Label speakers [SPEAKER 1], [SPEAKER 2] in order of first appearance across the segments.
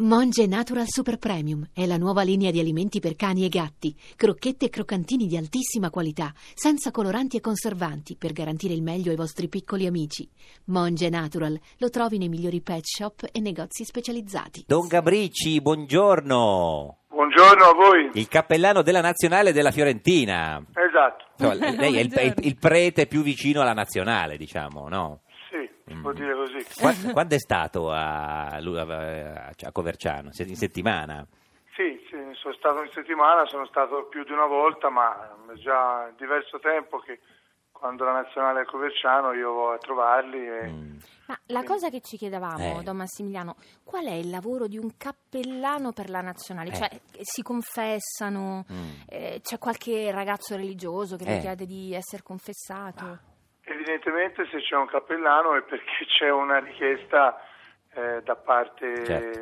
[SPEAKER 1] Monge Natural Super Premium è la nuova linea di alimenti per cani e gatti, crocchette e croccantini di altissima qualità, senza coloranti e conservanti, per garantire il meglio ai vostri piccoli amici. Monge Natural lo trovi nei migliori pet shop e negozi specializzati.
[SPEAKER 2] Don Gabrici, buongiorno.
[SPEAKER 3] Buongiorno a voi.
[SPEAKER 2] Il cappellano della nazionale della Fiorentina.
[SPEAKER 3] Esatto,
[SPEAKER 2] Insomma, lei è il, è il- il prete più vicino alla nazionale, diciamo, no?
[SPEAKER 3] sì, si può dire così.
[SPEAKER 2] Mm. Qua- Quando, è stato a, a- a Coverciano? Se- In settimana?
[SPEAKER 3] Sì, sì, sono stato in settimana, sono stato più di una volta, ma è già diverso tempo che quando la nazionale è a Coverciano io vado a trovarli e
[SPEAKER 2] Mm.
[SPEAKER 4] Ma la cosa che ci chiedevamo,
[SPEAKER 2] Eh.
[SPEAKER 4] Don Massimiliano, qual è il lavoro di un cappellano per la nazionale?
[SPEAKER 2] Eh.
[SPEAKER 4] Cioè, eh, si confessano?
[SPEAKER 2] Mm.
[SPEAKER 4] Eh, c'è qualche ragazzo religioso che
[SPEAKER 2] Eh.
[SPEAKER 4] le chiede di essere confessato?
[SPEAKER 3] evidentemente se c'è un cappellano è perché c'è una richiesta eh, da parte
[SPEAKER 2] Certo.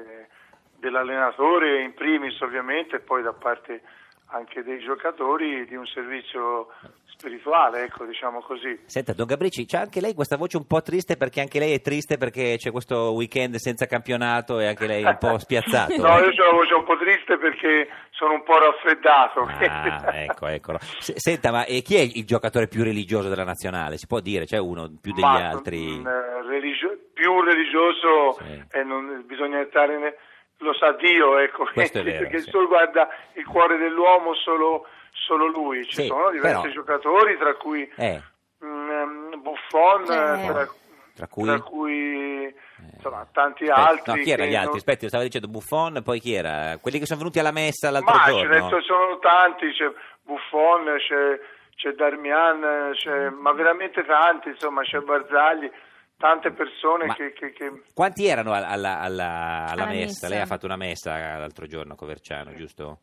[SPEAKER 3] dell'allenatore, in primis ovviamente, e poi da parte anche dei giocatori di un servizio spirituale, ecco, diciamo così.
[SPEAKER 2] Senta, Don Gabrici, c'ha anche lei questa voce un po' triste perché anche lei è triste perché c'è questo weekend senza campionato e anche lei è un po' spiazzato. eh.
[SPEAKER 3] No, io ho la voce un po' triste perché sono un po' raffreddato.
[SPEAKER 2] Ah, ecco, eccolo. Se- Senta, ma eh, chi è il giocatore più religioso della nazionale? Si può dire, c'è uno più degli
[SPEAKER 3] Ma,
[SPEAKER 2] altri?
[SPEAKER 3] mh, eh, religio- più religioso
[SPEAKER 2] Sì.
[SPEAKER 3] e non, bisogna entrare ne- lo sa Dio, ecco,
[SPEAKER 2] Questo è vero,
[SPEAKER 3] perché
[SPEAKER 2] sì.
[SPEAKER 3] solo guarda il cuore dell'uomo solo, solo lui. Ci
[SPEAKER 2] Sì,
[SPEAKER 3] sono diversi
[SPEAKER 2] però-
[SPEAKER 3] giocatori, tra cui
[SPEAKER 2] Eh,
[SPEAKER 3] mh, Buffon,
[SPEAKER 4] Eh.
[SPEAKER 3] tra,
[SPEAKER 2] tra cui?
[SPEAKER 3] tra cui, insomma, tanti
[SPEAKER 2] Aspetta,
[SPEAKER 3] altri.
[SPEAKER 2] No, chi era
[SPEAKER 3] che
[SPEAKER 2] gli altri?
[SPEAKER 3] non-
[SPEAKER 2] Aspetti, stavo dicendo Buffon, poi chi era? Quelli che sono venuti alla messa l'altro
[SPEAKER 3] Ma ce ne
[SPEAKER 2] giorno.
[SPEAKER 3] so- sono tanti, c'è Buffon, c'è, c'è Darmian, c'è, ma veramente tanti, insomma, c'è Barzagli, tante persone
[SPEAKER 2] Ma-
[SPEAKER 3] che, che- che-
[SPEAKER 2] Quanti erano alla, alla- alla- alla
[SPEAKER 4] Alla
[SPEAKER 2] messa?
[SPEAKER 4] messa.
[SPEAKER 2] Lei ha fatto una messa l'altro giorno a Coverciano, giusto?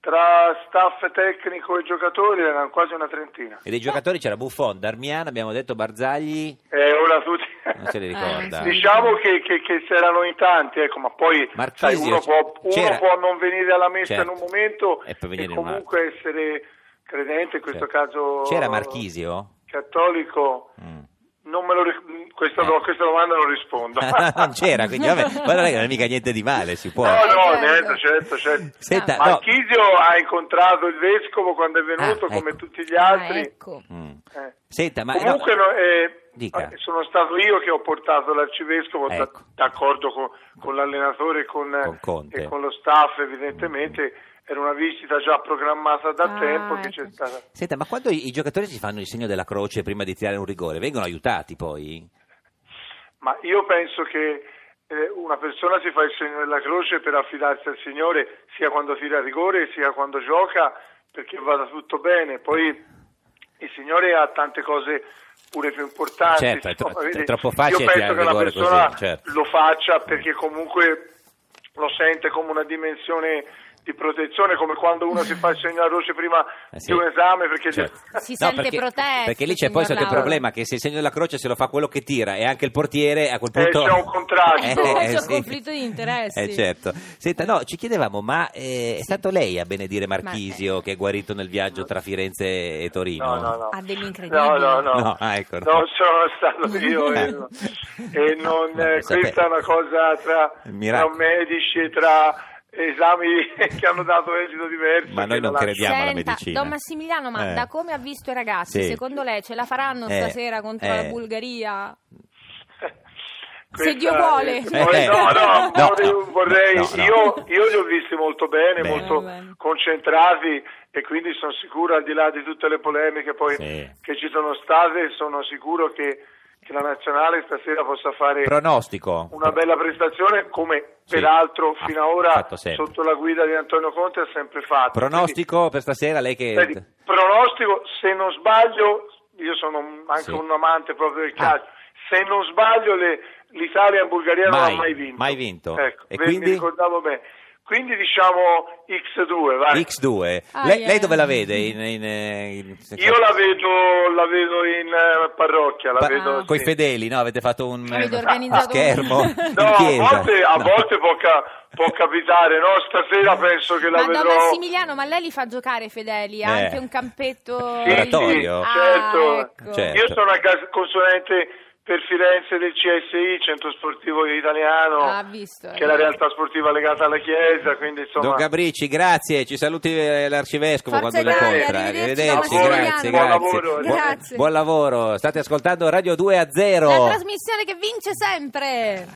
[SPEAKER 3] tra staff tecnico e giocatori erano quasi una trentina.
[SPEAKER 2] E dei giocatori c'era Buffon, Darmian, abbiamo detto Barzagli,
[SPEAKER 3] E ora tutti...
[SPEAKER 2] non se li ricorda.
[SPEAKER 4] Eh, sì.
[SPEAKER 3] Diciamo che, che, che c'erano in tanti, ecco, ma poi sai,
[SPEAKER 2] Marchisio
[SPEAKER 3] uno, può,
[SPEAKER 2] c'era.
[SPEAKER 3] uno può non venire alla messa
[SPEAKER 2] Certo.
[SPEAKER 3] in un momento
[SPEAKER 2] E
[SPEAKER 3] e,
[SPEAKER 2] poi venire in un
[SPEAKER 3] comunque essere credente, in questo
[SPEAKER 2] Certo.
[SPEAKER 3] caso
[SPEAKER 2] C'era Marchisio?
[SPEAKER 3] cattolico.
[SPEAKER 2] Mm.
[SPEAKER 3] Non me lo ric- questa,
[SPEAKER 2] Eh.
[SPEAKER 3] questa domanda non rispondo.
[SPEAKER 2] non c'era, quindi vabbè, ma non è, non è mica niente di male, si può.
[SPEAKER 3] No, no, certo,
[SPEAKER 4] Certo.
[SPEAKER 3] certo, certo.
[SPEAKER 2] Senta, no.
[SPEAKER 3] Marchisio ha incontrato il vescovo quando è venuto,
[SPEAKER 2] Ah,
[SPEAKER 3] come
[SPEAKER 2] ecco.
[SPEAKER 3] tutti gli altri.
[SPEAKER 4] Ah, ecco.
[SPEAKER 2] Mm.
[SPEAKER 3] Eh.
[SPEAKER 2] Senta, ma
[SPEAKER 3] Comunque
[SPEAKER 2] no,
[SPEAKER 3] no, eh,
[SPEAKER 2] Dica.
[SPEAKER 3] eh, sono stato io che ho portato l'arcivescovo da-
[SPEAKER 2] Ecco.
[SPEAKER 3] d'accordo con, con l'allenatore e con,
[SPEAKER 2] Con Conte.
[SPEAKER 3] e con lo staff evidentemente. Era una visita già programmata da
[SPEAKER 4] Ah,
[SPEAKER 3] tempo che
[SPEAKER 4] ecco.
[SPEAKER 3] c'è stata.
[SPEAKER 2] senta, ma quando i i giocatori si fanno il segno della croce prima di tirare un rigore, vengono aiutati poi?
[SPEAKER 3] Ma io penso che eh, una persona si fa il segno della croce per affidarsi al Signore sia quando tira rigore sia quando gioca perché vada tutto bene. Poi il Signore ha tante cose pure più importanti.
[SPEAKER 2] Certo, è tro-
[SPEAKER 3] insomma, vedi,
[SPEAKER 2] è troppo facile
[SPEAKER 3] Io penso
[SPEAKER 2] tirare
[SPEAKER 3] che la
[SPEAKER 2] rigore
[SPEAKER 3] persona
[SPEAKER 2] così, certo.
[SPEAKER 3] lo faccia perché comunque lo sente come una dimensione di protezione, come quando uno si fa il segno alla croce prima
[SPEAKER 2] Eh sì.
[SPEAKER 3] di un esame perché
[SPEAKER 2] Certo.
[SPEAKER 4] Si sente
[SPEAKER 2] perché,
[SPEAKER 4] protetto,
[SPEAKER 2] Perché lì c'è poi
[SPEAKER 4] signor
[SPEAKER 2] sotto il
[SPEAKER 4] Lauro.
[SPEAKER 2] problema che se il segno della croce se lo fa quello che tira e anche il portiere a quel
[SPEAKER 3] Eh,
[SPEAKER 2] punto...
[SPEAKER 3] c'è un contrasto.
[SPEAKER 4] C'è un conflitto di interessi.
[SPEAKER 2] Eh, certo. Senta, no, ci chiedevamo, ma eh, è stato lei a benedire Marchisio
[SPEAKER 4] eh,
[SPEAKER 2] che è guarito nel viaggio tra Firenze e Torino?
[SPEAKER 3] No, no, no.
[SPEAKER 4] Ha degli incredibili.
[SPEAKER 3] No, no, no.
[SPEAKER 2] No, ah, ecco, no.
[SPEAKER 3] Non sono stato io. eh, no. e non,
[SPEAKER 2] No,
[SPEAKER 3] eh,
[SPEAKER 2] lo sapevo.
[SPEAKER 3] questa è una cosa tra,
[SPEAKER 2] Il miracolo.
[SPEAKER 3] tra medici e tra esami che hanno dato esito diverso.
[SPEAKER 2] Ma noi
[SPEAKER 3] che
[SPEAKER 2] non
[SPEAKER 3] la-
[SPEAKER 2] crediamo. Diamo la
[SPEAKER 4] Senta,
[SPEAKER 2] medicina.
[SPEAKER 4] Don Massimiliano, ma
[SPEAKER 2] Eh.
[SPEAKER 4] da come ha visto i ragazzi,
[SPEAKER 2] Sì.
[SPEAKER 4] secondo lei ce la faranno
[SPEAKER 2] Eh,
[SPEAKER 4] stasera contro
[SPEAKER 2] eh.
[SPEAKER 4] la Bulgaria?
[SPEAKER 3] Questa-
[SPEAKER 4] Se Dio vuole.
[SPEAKER 3] eh, poi-
[SPEAKER 2] Eh.
[SPEAKER 3] no, no,
[SPEAKER 2] No,
[SPEAKER 3] vorrei,
[SPEAKER 2] no,
[SPEAKER 3] vorrei-
[SPEAKER 2] no, no.
[SPEAKER 3] Io, io li ho visti molto bene,
[SPEAKER 2] Bene.
[SPEAKER 3] molto
[SPEAKER 4] Bene.
[SPEAKER 3] concentrati e quindi sono sicuro, al di là di tutte le polemiche poi
[SPEAKER 2] Sì.
[SPEAKER 3] che ci sono state, sono sicuro che, che la nazionale stasera possa fare
[SPEAKER 2] Pronostico?
[SPEAKER 3] una bella prestazione come
[SPEAKER 2] Sì,
[SPEAKER 3] peraltro
[SPEAKER 2] ha
[SPEAKER 3] fino ad ora
[SPEAKER 2] fatto sempre.
[SPEAKER 3] sotto la guida di Antonio Conte ha sempre fatto.
[SPEAKER 2] Pronostico per stasera lei che...
[SPEAKER 3] Quindi, vedi, pronostico, se non sbaglio, io sono un- anche
[SPEAKER 2] Sì.
[SPEAKER 3] un amante proprio del
[SPEAKER 2] Ah.
[SPEAKER 3] calcio, se non sbaglio le- l'Italia e la Bulgaria non
[SPEAKER 2] Mai,
[SPEAKER 3] ha mai vinto.
[SPEAKER 2] mai vinto.
[SPEAKER 3] Ecco,
[SPEAKER 2] E
[SPEAKER 3] ve-
[SPEAKER 2] quindi?
[SPEAKER 3] mi ricordavo bene. Quindi diciamo X2, vai.
[SPEAKER 2] X2.
[SPEAKER 4] Ah,
[SPEAKER 2] lei,
[SPEAKER 4] yeah.
[SPEAKER 2] lei dove la vede? In- in- in-
[SPEAKER 3] Io la vedo, la vedo in eh, parrocchia, la
[SPEAKER 2] Pa-
[SPEAKER 3] vedo...
[SPEAKER 2] ah, Coi
[SPEAKER 3] sì.
[SPEAKER 2] fedeli, no? Avete fatto un,
[SPEAKER 4] Avete
[SPEAKER 2] un
[SPEAKER 4] organizzato un-
[SPEAKER 2] schermo
[SPEAKER 4] No,
[SPEAKER 2] in
[SPEAKER 3] No, a
[SPEAKER 2] chiesa.
[SPEAKER 3] volte, a
[SPEAKER 2] No.
[SPEAKER 3] volte può, ca- può capitare, no? Stasera penso che la
[SPEAKER 4] Ma
[SPEAKER 3] vedrò...
[SPEAKER 4] Don Massimiliano, ma lei li fa giocare i fedeli? Ha
[SPEAKER 2] Eh.
[SPEAKER 4] anche un campetto
[SPEAKER 2] Sì, Oratorio?
[SPEAKER 4] Ah,
[SPEAKER 3] certo.
[SPEAKER 4] ecco.
[SPEAKER 2] Certo.
[SPEAKER 3] Io sono anche consulente per Firenze del CSI, Centro Sportivo Italiano,
[SPEAKER 4] Ah, visto,
[SPEAKER 3] che
[SPEAKER 4] eh.
[SPEAKER 3] è la realtà sportiva legata alla Chiesa, quindi insomma...
[SPEAKER 2] Don Gabrici, grazie, ci saluti eh, l'arcivescovo
[SPEAKER 4] Forza
[SPEAKER 2] quando lo
[SPEAKER 4] Italia,
[SPEAKER 2] incontra.
[SPEAKER 4] arrivederci,
[SPEAKER 2] Arrivederci,
[SPEAKER 3] buon lavoro,
[SPEAKER 2] grazie, grazie.
[SPEAKER 3] buon lavoro.
[SPEAKER 2] Buon-
[SPEAKER 4] Grazie.
[SPEAKER 2] buon lavoro. State ascoltando Radio 2 a 0.
[SPEAKER 4] La trasmissione che vince sempre.